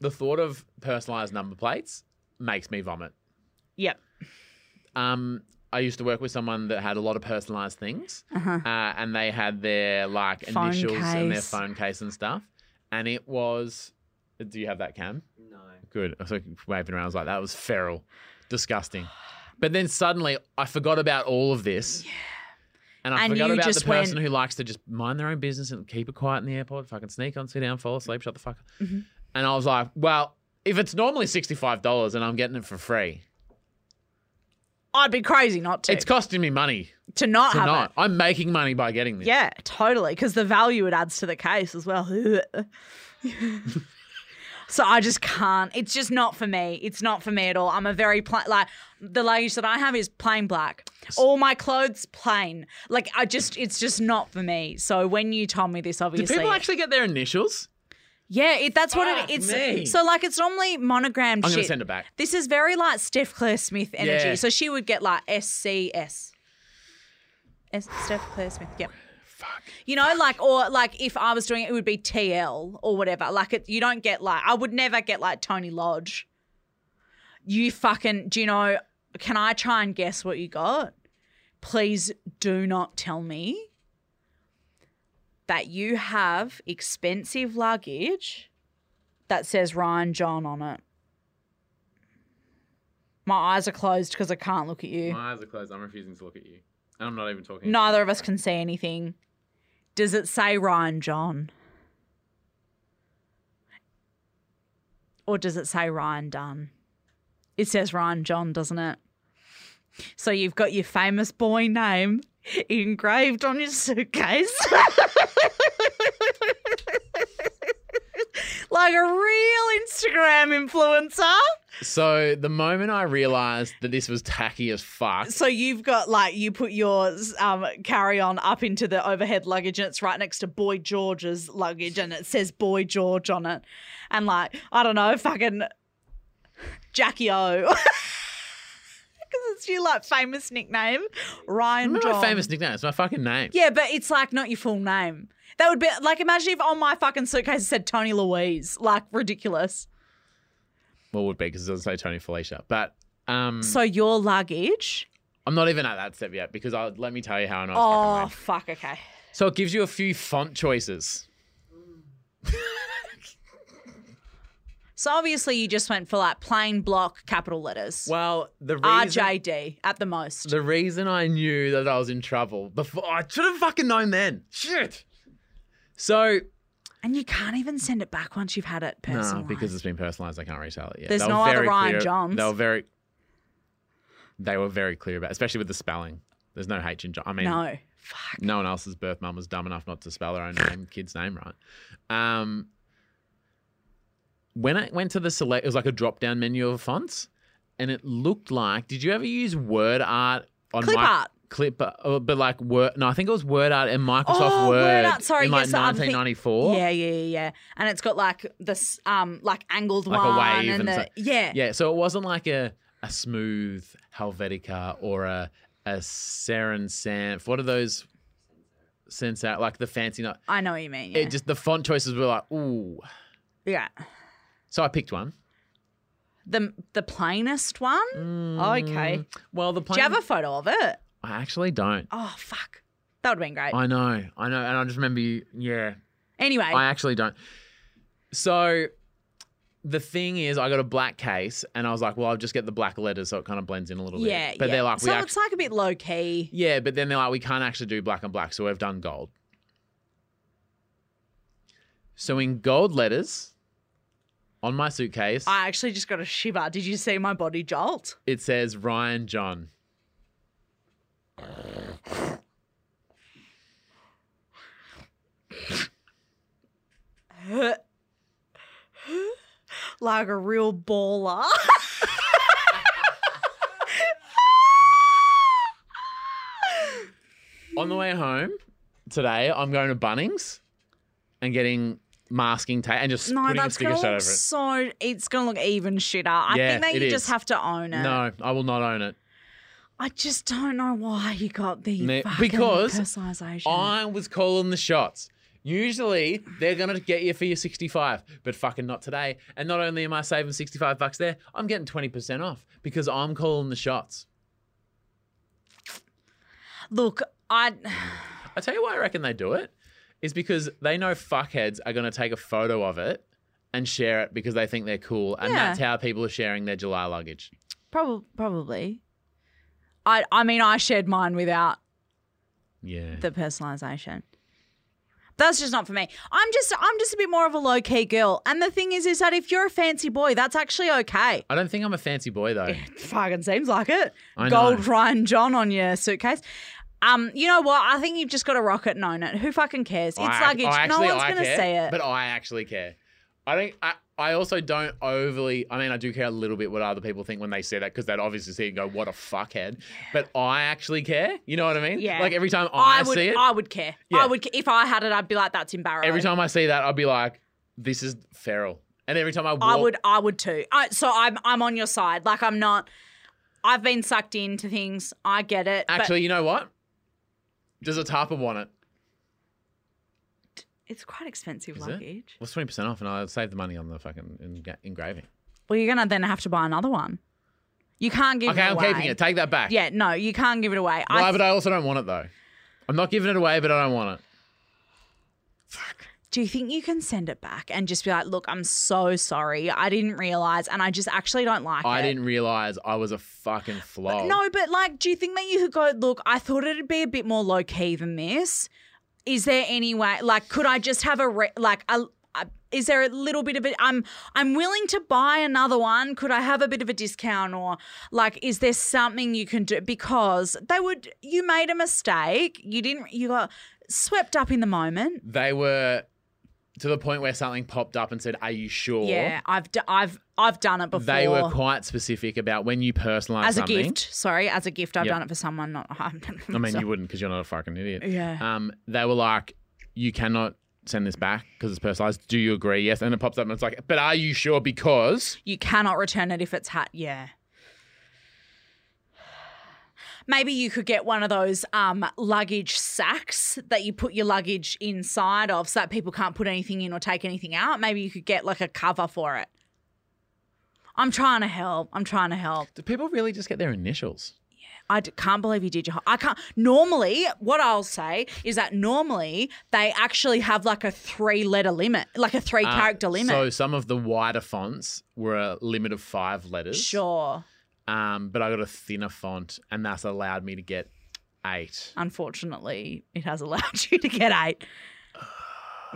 Speaker 1: the thought of personalized number plates makes me vomit.
Speaker 2: Yep.
Speaker 1: Um, I used to work with someone that had a lot of personalized things, uh, and they had their like
Speaker 2: Uh-huh. Phone
Speaker 1: initials and their
Speaker 2: case.
Speaker 1: phone case and stuff. And it was, do you have that cam? No. Good. I was like waving around. I was like, that was feral, disgusting. But then suddenly, I forgot about all of this. Yeah. And I
Speaker 2: And
Speaker 1: forgot
Speaker 2: you
Speaker 1: about the
Speaker 2: just went-
Speaker 1: person who likes to just mind their own business and keep it quiet in the airport, fucking sneak on, sit down, fall asleep, shut the fuck up.
Speaker 2: Mm-hmm.
Speaker 1: And I was like, well, if it's normally $65 and I'm getting it for free,
Speaker 2: I'd be crazy not to.
Speaker 1: it's costing me money
Speaker 2: to not
Speaker 1: to
Speaker 2: have
Speaker 1: not.
Speaker 2: it.
Speaker 1: I'm making money by getting this.
Speaker 2: Yeah, totally. Because the value it adds to the case as well. so I just can't. It's just not for me. It's not for me at all. I'm a very plain, like, the luggage that I have is plain black. All my clothes, plain. Like, I just, it's just not for me. So when you told me this,
Speaker 1: Do
Speaker 2: obviously.
Speaker 1: people actually get their initials?
Speaker 2: yeah, it, that's what
Speaker 1: Fuck
Speaker 2: it, it's.
Speaker 1: me.
Speaker 2: So, like, it's normally monogrammed
Speaker 1: I'm going
Speaker 2: shit.
Speaker 1: to send it back.
Speaker 2: This is very like Steph Claire Smith energy.
Speaker 1: Yeah.
Speaker 2: So she would get like SCS. S- Steph Claire Smith, yep. Fuck. You know, like, or like if I was doing it, it would be TL or whatever. Like, it, you don't get like, I would never get like Tony Lodge. You fucking, do you know, can I try and guess what you got? Please do not tell me that you have expensive luggage that says Ryan John on it. My eyes are closed because I can't look at you.
Speaker 1: My eyes are closed. I'm refusing to look at you. And I'm not even talking.
Speaker 2: Neither of us can see anything. Does it say Ryan John? Or does it say Ryan Dunn? It says Ryan John, doesn't it? So you've got your famous boy name engraved on your suitcase. like a real Instagram influencer.
Speaker 1: So the moment I realized that this was tacky as fuck,
Speaker 2: So you've got like you put your um, carry on up into the overhead luggage, and it's right next to Boy George's luggage, and it says Boy George on it, and like I don't know, fucking Jackie O, because it's your like famous nickname, Ryan.
Speaker 1: remember
Speaker 2: John.
Speaker 1: my famous nickname? It's my fucking name.
Speaker 2: Yeah, but it's like not your full name. That would be like imagine if on my fucking suitcase it said Tony Louise, like ridiculous.
Speaker 1: Well, would be because it doesn't say Tony Felicia. But um,
Speaker 2: So your luggage.
Speaker 1: I'm not even at that step yet because I, let me tell you how I know. it's fucking lame.
Speaker 2: Oh fuck. Okay.
Speaker 1: So it gives you a few font choices.
Speaker 2: So obviously you just went for like plain block capital letters.
Speaker 1: Well, the reason,
Speaker 2: RJD at the most.
Speaker 1: The reason I knew that I was in trouble before I should have fucking known then. Shit. So
Speaker 2: And you can't even send it back once you've had it personally.
Speaker 1: no, because it's been personalized, I can't resell it yet.
Speaker 2: There's
Speaker 1: They were
Speaker 2: no other
Speaker 1: very
Speaker 2: Ryan
Speaker 1: clear-
Speaker 2: Johns.
Speaker 1: They were very, they were very clear about, especially with the spelling. There's no H in John. I mean,
Speaker 2: no. Fuck.
Speaker 1: no one else's birth mum was dumb enough not to spell her own name, kid's name right. Um, when I went to the select, it was like a drop down menu of fonts, and it looked like. Did you ever use word art on
Speaker 2: Clip
Speaker 1: mic-
Speaker 2: art.
Speaker 1: Clip, art, oh, but like word. No, I think it was word art in Microsoft
Speaker 2: Oh,
Speaker 1: Word.
Speaker 2: Word art, sorry,
Speaker 1: in like
Speaker 2: yes, I'm think-
Speaker 1: 1994.
Speaker 2: Yeah, yeah, yeah, yeah. And it's got like this um like angled
Speaker 1: Like a
Speaker 2: one
Speaker 1: wave
Speaker 2: and,
Speaker 1: and
Speaker 2: the
Speaker 1: so-
Speaker 2: yeah.
Speaker 1: Yeah, so it wasn't like a, a smooth Helvetica or a a Seren Sans. What are those? Sensat, like the fancy. Not,
Speaker 2: I know what you mean. Yeah.
Speaker 1: It just the font choices were like ooh.
Speaker 2: yeah.
Speaker 1: So I picked one.
Speaker 2: The the plainest one?
Speaker 1: Mm,
Speaker 2: Okay.
Speaker 1: Well, the
Speaker 2: Do
Speaker 1: plane.
Speaker 2: you have a photo of it?
Speaker 1: I actually don't.
Speaker 2: Oh fuck. That would have been great.
Speaker 1: I know, I know, and I just remember you. Yeah,
Speaker 2: anyway,
Speaker 1: I actually don't. So the thing is, I got a black case, and I was like, well, I'll just get the black letters, so it kind of blends in a little
Speaker 2: yeah,
Speaker 1: bit. But
Speaker 2: yeah.
Speaker 1: they're like,
Speaker 2: so
Speaker 1: we
Speaker 2: it's
Speaker 1: actually,
Speaker 2: like a bit low key.
Speaker 1: yeah, but then they're like, we can't actually do black and black, so we've done gold. So in gold letters, on my suitcase,
Speaker 2: I actually just got a shiver. Did you see my body jolt?
Speaker 1: it says Ryan John.
Speaker 2: like a real baller.
Speaker 1: On the way home today, I'm going to Bunnings and getting masking tape and just
Speaker 2: no,
Speaker 1: putting a
Speaker 2: that's
Speaker 1: sticker
Speaker 2: gonna
Speaker 1: shit over
Speaker 2: look
Speaker 1: it.
Speaker 2: so. It's gonna look even shitter. I
Speaker 1: Yeah,
Speaker 2: think that
Speaker 1: it
Speaker 2: you
Speaker 1: is.
Speaker 2: just have to own it.
Speaker 1: no, I will not own it.
Speaker 2: I just don't know why you got the
Speaker 1: Ne-
Speaker 2: fucking
Speaker 1: because
Speaker 2: personalization.
Speaker 1: I was calling the shots. Usually they're gonna get you for your 65, but fucking not today. And not only am I saving 65 bucks there, I'm getting 20% off because I'm calling the shots.
Speaker 2: Look, I
Speaker 1: I tell you why I reckon they do it is because they know fuckheads are going to take a photo of it and share it because they think they're cool, and
Speaker 2: Yeah.
Speaker 1: that's how people are sharing their July luggage.
Speaker 2: probably probably. I I mean, I shared mine without
Speaker 1: Yeah.
Speaker 2: the personalization. That's just not for me. I'm just I'm just a bit more of a low key girl. And the thing is, is that if you're a fancy boy, that's actually okay.
Speaker 1: I don't think I'm a fancy boy though.
Speaker 2: Fucking seems like it.
Speaker 1: I
Speaker 2: Gold
Speaker 1: know.
Speaker 2: Ryan John on your suitcase. Um, you know what? I think you've just got to rock it and own it. Who fucking cares? It's
Speaker 1: I-
Speaker 2: luggage.
Speaker 1: I
Speaker 2: no
Speaker 1: actually-
Speaker 2: one's
Speaker 1: I
Speaker 2: gonna
Speaker 1: care,
Speaker 2: see it.
Speaker 1: But I actually care. I don't. I, I also don't overly. I mean, I do care a little bit what other people think when they say that because they'd obviously see it and go, "What a fuckhead." But I actually care. You know what I mean?
Speaker 2: Yeah.
Speaker 1: Like every time I,
Speaker 2: I, would
Speaker 1: see it,
Speaker 2: I would care.
Speaker 1: Yeah.
Speaker 2: I would ca- if I had it, I'd be like, that's embarrassing.
Speaker 1: every time I see that, I'd be like, "This is feral." And every time I walk,
Speaker 2: I would I would too. I, so I'm I'm on your side. Like I'm not I've been sucked into things. I get it. but
Speaker 1: actually, you know what? Does a tarpa want it?
Speaker 2: it's quite expensive
Speaker 1: Is it?
Speaker 2: luggage.
Speaker 1: Well, twenty percent off, and I'll save the money on the fucking enga- engraving.
Speaker 2: Well, you're gonna then have to buy another one. You can't give
Speaker 1: Okay,
Speaker 2: it
Speaker 1: I'm
Speaker 2: away.
Speaker 1: keeping it. Take that back.
Speaker 2: Yeah, no, you can't give it away.
Speaker 1: Why?
Speaker 2: I
Speaker 1: but I also don't want it though. I'm not giving it away, but I don't want it.
Speaker 2: do you think you can send it back and just be like, look, I'm so sorry. I didn't realize, and I just actually don't like
Speaker 1: I
Speaker 2: it.
Speaker 1: didn't realize I was a fucking flog.
Speaker 2: No, but like, do you think that you could go, look, I thought it'd be a bit more low key than this? Is there any way, like, could I just have a, re- like, a, a, is there a little bit of it? I'm, I'm willing to buy another one. Could I have a bit of a discount or like, is there something you can do? Because they would, you made a mistake. You didn't, you got swept up in the moment.
Speaker 1: They were to the point where something popped up and said, Are you sure?
Speaker 2: Yeah, I've, d- I've, I've done it before.
Speaker 1: They were quite specific about when you personalize
Speaker 2: as a
Speaker 1: something.
Speaker 2: gift, sorry, as a gift, I've
Speaker 1: Yep.
Speaker 2: done it for someone. Not,
Speaker 1: I mean, you wouldn't because you're not a fucking idiot.
Speaker 2: Yeah.
Speaker 1: Um, they were like, You cannot send this back because it's personalized. Do you agree? Yes. And it pops up and it's like, But are you sure? Because.
Speaker 2: You cannot return it if it's hat. Yeah. Maybe you could get one of those um, luggage sacks that you put your luggage inside of so that people can't put anything in or take anything out. Maybe you could get like a cover for it. I'm trying to help. I'm trying to help.
Speaker 1: Do people really just get their initials?
Speaker 2: I d- can't believe you did your. ho- I can't. Normally, what I'll say is that normally they actually have like a three letter limit, like a three character
Speaker 1: Uh,
Speaker 2: limit.
Speaker 1: So some of the wider fonts were a limit of five letters.
Speaker 2: sure.
Speaker 1: Um, but I got a thinner font and that's allowed me to get eight.
Speaker 2: unfortunately, it has allowed you to get eight.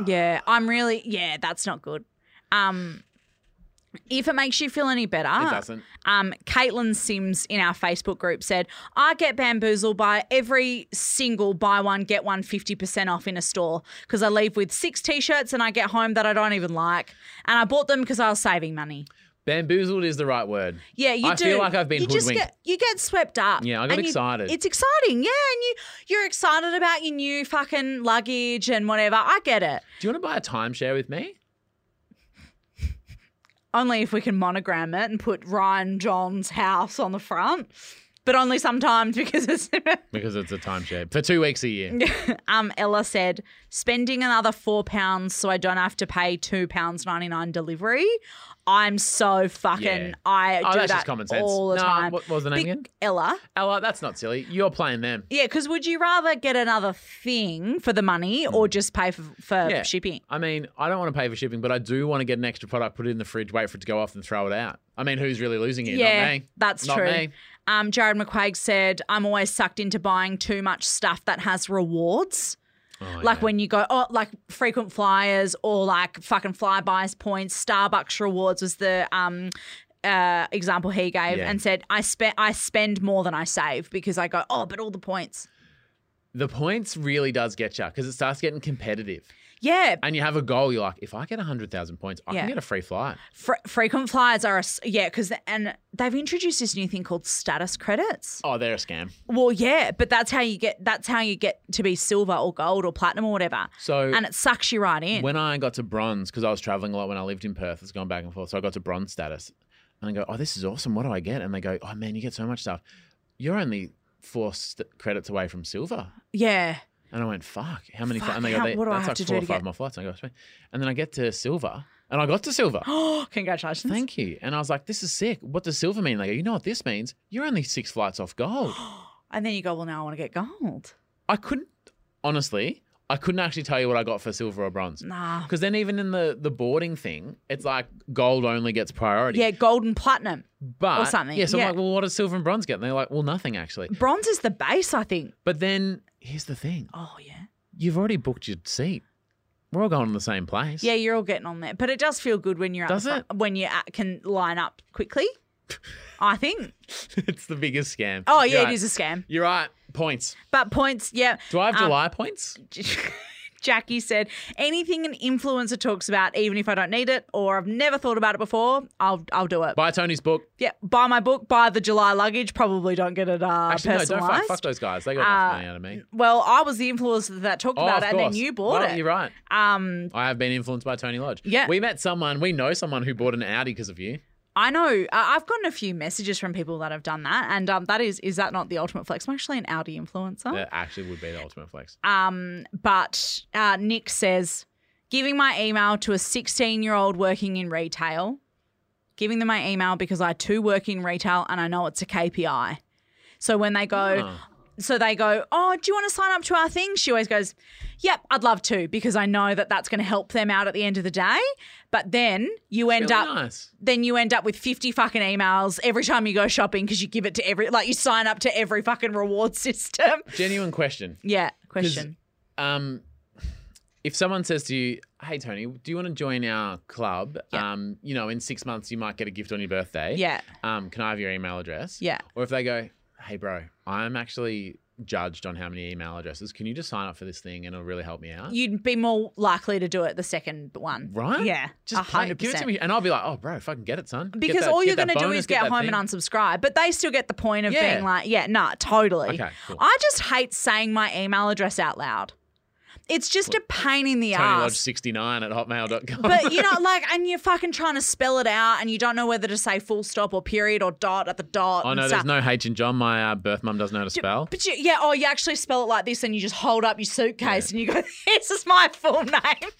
Speaker 2: Yeah, I'm really yeah, that's not good. Um if it makes you feel any better,
Speaker 1: It doesn't.
Speaker 2: Um, Caitlin Sims in our Facebook group said, I get bamboozled by every single buy one, get one 50% off in a store because I leave with six t shirts and I get home that I don't even like. And I bought them because I was saving money.
Speaker 1: Bamboozled is the right word.
Speaker 2: Yeah, you
Speaker 1: I
Speaker 2: do.
Speaker 1: feel like I've been
Speaker 2: you just
Speaker 1: hoodwinked.
Speaker 2: Get, you get swept up.
Speaker 1: Yeah, I got
Speaker 2: and you-
Speaker 1: excited.
Speaker 2: it's exciting, yeah, and you you're excited about your new fucking luggage and whatever. I get it.
Speaker 1: Do you want to buy a timeshare with me?
Speaker 2: Only if we can monogram it and put Ryan John's house on the front, but only sometimes because it's.
Speaker 1: Because it's a timeshare for two weeks a year.
Speaker 2: um, Ella said spending another four pounds so I don't have to pay two pounds ninety nine delivery. I'm so fucking.
Speaker 1: Yeah. oh,
Speaker 2: I do
Speaker 1: that's
Speaker 2: that
Speaker 1: just common sense.
Speaker 2: all the
Speaker 1: no,
Speaker 2: time.
Speaker 1: What, what was the name
Speaker 2: Big-
Speaker 1: again?
Speaker 2: Ella.
Speaker 1: Ella, Oh, that's not silly. You're playing them.
Speaker 2: Yeah, because would you rather get another thing for the money or just pay for, for
Speaker 1: Hmm. Yeah.
Speaker 2: shipping?
Speaker 1: I mean, I don't want to pay for shipping, but I do want to get an extra product, put it in the fridge, wait for it to go off, and throw it out. I mean, who's really losing here?
Speaker 2: yeah,
Speaker 1: not me.
Speaker 2: that's
Speaker 1: Not
Speaker 2: true.
Speaker 1: me.
Speaker 2: Um, Jared McQuaig said, "I'm always sucked into buying too much stuff that has rewards." like when you go, oh, like frequent flyers or like fucking flybys points. Starbucks rewards was the um, uh, example he gave
Speaker 1: Yeah.
Speaker 2: and said, "I spend I spend more than I save because I go, oh, but all the points."
Speaker 1: The points really does get you because it starts getting competitive,
Speaker 2: Yeah,
Speaker 1: and you have a goal. You're like, if I get hundred thousand points, I
Speaker 2: Yeah.
Speaker 1: can get a free flight.
Speaker 2: Fre- frequent flyers are a s yeah because and they've introduced this new thing called status credits
Speaker 1: Oh, they're a scam.
Speaker 2: well yeah but that's how you get that's how you get to be silver or gold or platinum or whatever
Speaker 1: So
Speaker 2: and it sucks you right in
Speaker 1: When I got to bronze, because I was traveling a lot when I lived in Perth, it's gone back and forth. So I got to bronze status. And I go, oh, this is awesome. What do I get? And they go, oh, man, you get so much stuff. You're only four st- credits away from silver.
Speaker 2: yeah
Speaker 1: And I went, fuck, how many? fli-"
Speaker 2: Fuck,
Speaker 1: and they
Speaker 2: how-
Speaker 1: go, "They-
Speaker 2: what do I
Speaker 1: that's
Speaker 2: have
Speaker 1: like
Speaker 2: to do
Speaker 1: four or
Speaker 2: to
Speaker 1: five
Speaker 2: get-"
Speaker 1: more flights. And I go, "Sweet." and then I get to silver. And I got to silver.
Speaker 2: oh congratulations
Speaker 1: Thank you. And I was like, this is sick. What does silver mean? They go, you know what this means? You're only six flights off gold.
Speaker 2: And then you go, well, now I want to get gold.
Speaker 1: I couldn't honestly. I couldn't actually tell you what I got for silver or bronze.
Speaker 2: Nah.
Speaker 1: Because then even in the the boarding thing, it's like gold only gets priority.
Speaker 2: Yeah, gold and platinum.
Speaker 1: but
Speaker 2: or something,
Speaker 1: Yeah, so
Speaker 2: yeah.
Speaker 1: I'm like, well, what does silver and bronze get? And they're like, well, nothing actually.
Speaker 2: Bronze is the base, I think.
Speaker 1: But then here's the thing:
Speaker 2: Oh, yeah.
Speaker 1: you've already booked your seat. We're all going to the same place.
Speaker 2: Yeah, you're all getting on there. But it does feel good when you're at the
Speaker 1: Does it?
Speaker 2: front- when you at, can line up quickly. I think.
Speaker 1: it's the biggest scam.
Speaker 2: Oh, yeah,
Speaker 1: You're
Speaker 2: it
Speaker 1: right.
Speaker 2: is a scam.
Speaker 1: You're right. Points.
Speaker 2: But points, yeah.
Speaker 1: Do I have
Speaker 2: Um,
Speaker 1: July points?
Speaker 2: Jackie said, anything an influencer talks about, even if I don't need it or I've never thought about it before, I'll I'll do it.
Speaker 1: Buy Tony's book.
Speaker 2: yeah, buy my book, buy the July luggage. Probably don't get it uh,
Speaker 1: Actually, no, don't fuck,
Speaker 2: personalized.
Speaker 1: fuck those guys. They got enough
Speaker 2: Uh,
Speaker 1: money out of me.
Speaker 2: well, I was the influencer that talked
Speaker 1: Oh,
Speaker 2: about
Speaker 1: of
Speaker 2: it, and then
Speaker 1: course.
Speaker 2: you bought
Speaker 1: Well,
Speaker 2: it.
Speaker 1: You're right.
Speaker 2: Um,
Speaker 1: I have been influenced by Tony Lodge.
Speaker 2: Yeah.
Speaker 1: We met someone, we know someone who bought an Audi because of you.
Speaker 2: I know. Uh, I've gotten a few messages from people that have done that, and um, that is is that not the ultimate flex? I'm actually an Audi influencer.
Speaker 1: That actually would be the ultimate flex.
Speaker 2: Um, but uh, Nick says, giving my email to a 16 year old working in retail, giving them my email because I too work in retail and I know it's a KPI. So when they go,
Speaker 1: Ah.
Speaker 2: so they go, oh, do you want to sign up to our thing? She always goes, yep, I'd love to because I know that that's going to help them out at the end of the day. But then you end
Speaker 1: Really
Speaker 2: up
Speaker 1: nice.
Speaker 2: then you end up with 50 fucking emails every time you go shopping because you give it to every, like you sign up to every fucking reward system.
Speaker 1: Genuine question.
Speaker 2: Yeah, question.
Speaker 1: Um, if someone says to you, "Hey Tony, do you want to join our club?"
Speaker 2: Yeah.
Speaker 1: Um, you know, in six months you might get a gift on your birthday.
Speaker 2: Yeah,
Speaker 1: Um, can I have your email address?
Speaker 2: yeah.
Speaker 1: Or if they go, "Hey bro, I'm actually judged on how many email addresses. Can you just sign up for this thing and it'll really help me out?"
Speaker 2: You'd be more likely to do it the second one.
Speaker 1: right?
Speaker 2: Yeah,
Speaker 1: Just play-
Speaker 2: 100%.
Speaker 1: give it to me, and I'll be like, "Oh, bro, fucking get it, son." Get
Speaker 2: Because
Speaker 1: that-
Speaker 2: all
Speaker 1: get
Speaker 2: you're
Speaker 1: that
Speaker 2: going to do
Speaker 1: bonus,
Speaker 2: is get,
Speaker 1: that
Speaker 2: home
Speaker 1: thing."
Speaker 2: and unsubscribe, but they still get the point of
Speaker 1: Yeah.
Speaker 2: being like, yeah, nah, totally.
Speaker 1: Okay, cool.
Speaker 2: I just hate saying my email address out loud. It's just a pain in the
Speaker 1: Tony Lodge
Speaker 2: ass.
Speaker 1: 69 at hotmail.com.
Speaker 2: But you know, like, and you're fucking trying to spell it out, and you don't know whether to say full stop or period or dot at the dot.
Speaker 1: oh
Speaker 2: and
Speaker 1: no,
Speaker 2: stuff.
Speaker 1: there's no H in John. My uh, birth mum doesn't know how to spell.
Speaker 2: But you, yeah, oh, you actually spell it like this, and you just hold up your suitcase, and you go, "This is my full name."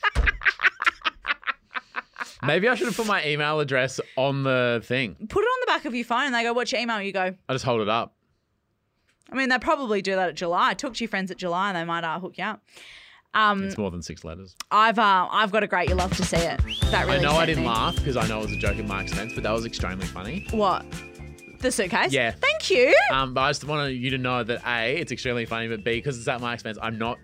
Speaker 1: Maybe I should have put my email address on the thing.
Speaker 2: Put it on the back of your phone, and they go, "What's your email?" You go,
Speaker 1: I just hold it up.
Speaker 2: "I mean, they probably do that at July. Talk to your friends at July, and they might uh, hook you up." Um,
Speaker 1: It's more than six letters.
Speaker 2: I've uh, I've got a great. You love to see it. That really.
Speaker 1: I know I
Speaker 2: sent
Speaker 1: didn't
Speaker 2: me.
Speaker 1: laugh because I know it was a joke at my expense, but that was extremely funny.
Speaker 2: What? The suitcase.
Speaker 1: Yeah.
Speaker 2: Thank you.
Speaker 1: Um, but I just wanted you to know that A, it's extremely funny, but B, because it's at my expense, I'm not,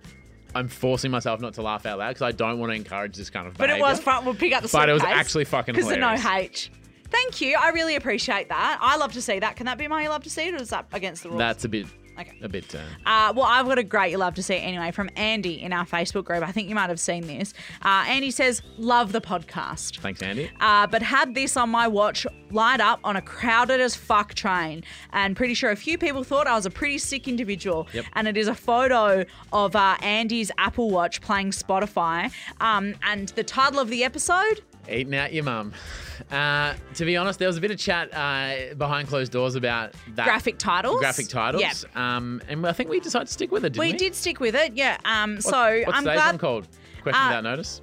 Speaker 1: I'm forcing myself not to laugh out loud because I don't want to encourage this kind of
Speaker 2: But it
Speaker 1: behavior.
Speaker 2: was fun. We'll pick up the
Speaker 1: But it was
Speaker 2: suitcase.
Speaker 1: actually fucking
Speaker 2: Because of no
Speaker 1: hilarious.
Speaker 2: H. Thank you. I really appreciate that. I love to see that. Can that be my you love to see it, or is that against the rules?
Speaker 1: That's a bit,
Speaker 2: Okay.
Speaker 1: a bit, uh,
Speaker 2: Uh, well, I've got a great you love to see anyway from Andy in our Facebook group. I think you might have seen this. Uh, Andy says, Love the podcast.
Speaker 1: thanks, Andy.
Speaker 2: Uh, but had this on my watch light up on a crowded as fuck train. And pretty sure a few people thought I was a pretty sick individual.
Speaker 1: Yep.
Speaker 2: And it is a photo of uh, Andy's Apple Watch playing Spotify. Um, and the title of the episode
Speaker 1: Eating out your mum. Uh, to be honest, there was a bit of chat uh, behind closed doors about that.
Speaker 2: graphic titles.
Speaker 1: Graphic titles.
Speaker 2: Yeah.
Speaker 1: Um, and I think we decided to stick with it, didn't we?
Speaker 2: We did stick with it, yeah. Um,
Speaker 1: What-
Speaker 2: so
Speaker 1: what's
Speaker 2: I'm
Speaker 1: today's
Speaker 2: glad
Speaker 1: one called? Question
Speaker 2: Uh,
Speaker 1: without notice.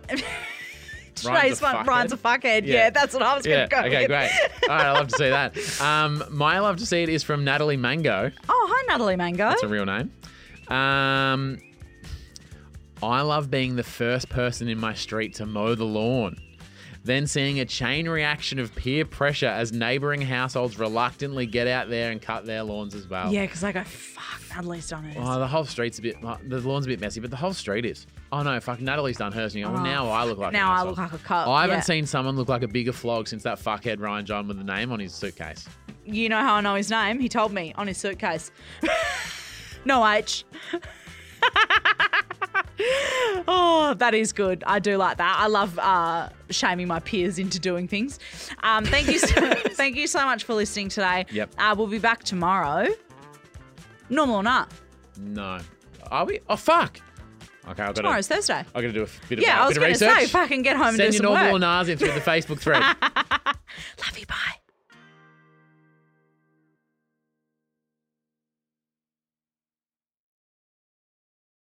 Speaker 2: today's
Speaker 1: a
Speaker 2: one, Ryan's a fuckhead. Yeah.
Speaker 1: Yeah.
Speaker 2: that's what I was
Speaker 1: Yeah.
Speaker 2: going to go
Speaker 1: okay,
Speaker 2: with.
Speaker 1: great. All right, I love to see that. Um, my love to see it is from Natalie Mango.
Speaker 2: Oh, hi, Natalie Mango.
Speaker 1: That's a real name. Um, I love being the first person in my street to mow the lawn. Then seeing a chain reaction of peer pressure as neighbouring households reluctantly get out there and cut their lawns as well.
Speaker 2: Yeah, because I go, fuck, Natalie's done it.
Speaker 1: Oh, the whole street's a bit, oh, the lawn's a bit messy, but the whole street is. Oh no, fuck, Natalie's done hers. And you go, well, now I look like
Speaker 2: Oh, now
Speaker 1: an
Speaker 2: I
Speaker 1: asshole.
Speaker 2: look like a cop,
Speaker 1: I haven't
Speaker 2: yeah.
Speaker 1: seen someone look like a bigger flog since that fuckhead Ryan John with the name on his suitcase.
Speaker 2: you know how I know his name? He told me on his suitcase. no H. oh, that is good. I do like that. I love uh, shaming my peers into doing things. Um, thank you, so, thank you so much for listening today.
Speaker 1: Yep.
Speaker 2: Uh, we'll be back tomorrow. Normal or not?
Speaker 1: No, are we? Oh fuck. Okay, I've got to.
Speaker 2: Tomorrow's Thursday.
Speaker 1: I got to do a bit of,
Speaker 2: Yeah, I
Speaker 1: a
Speaker 2: was
Speaker 1: bit of
Speaker 2: going to
Speaker 1: research.
Speaker 2: say, fucking get home
Speaker 1: Send
Speaker 2: and do
Speaker 1: your
Speaker 2: some
Speaker 1: normal
Speaker 2: work.
Speaker 1: Nas in through the Facebook thread.
Speaker 2: Love you. Bye.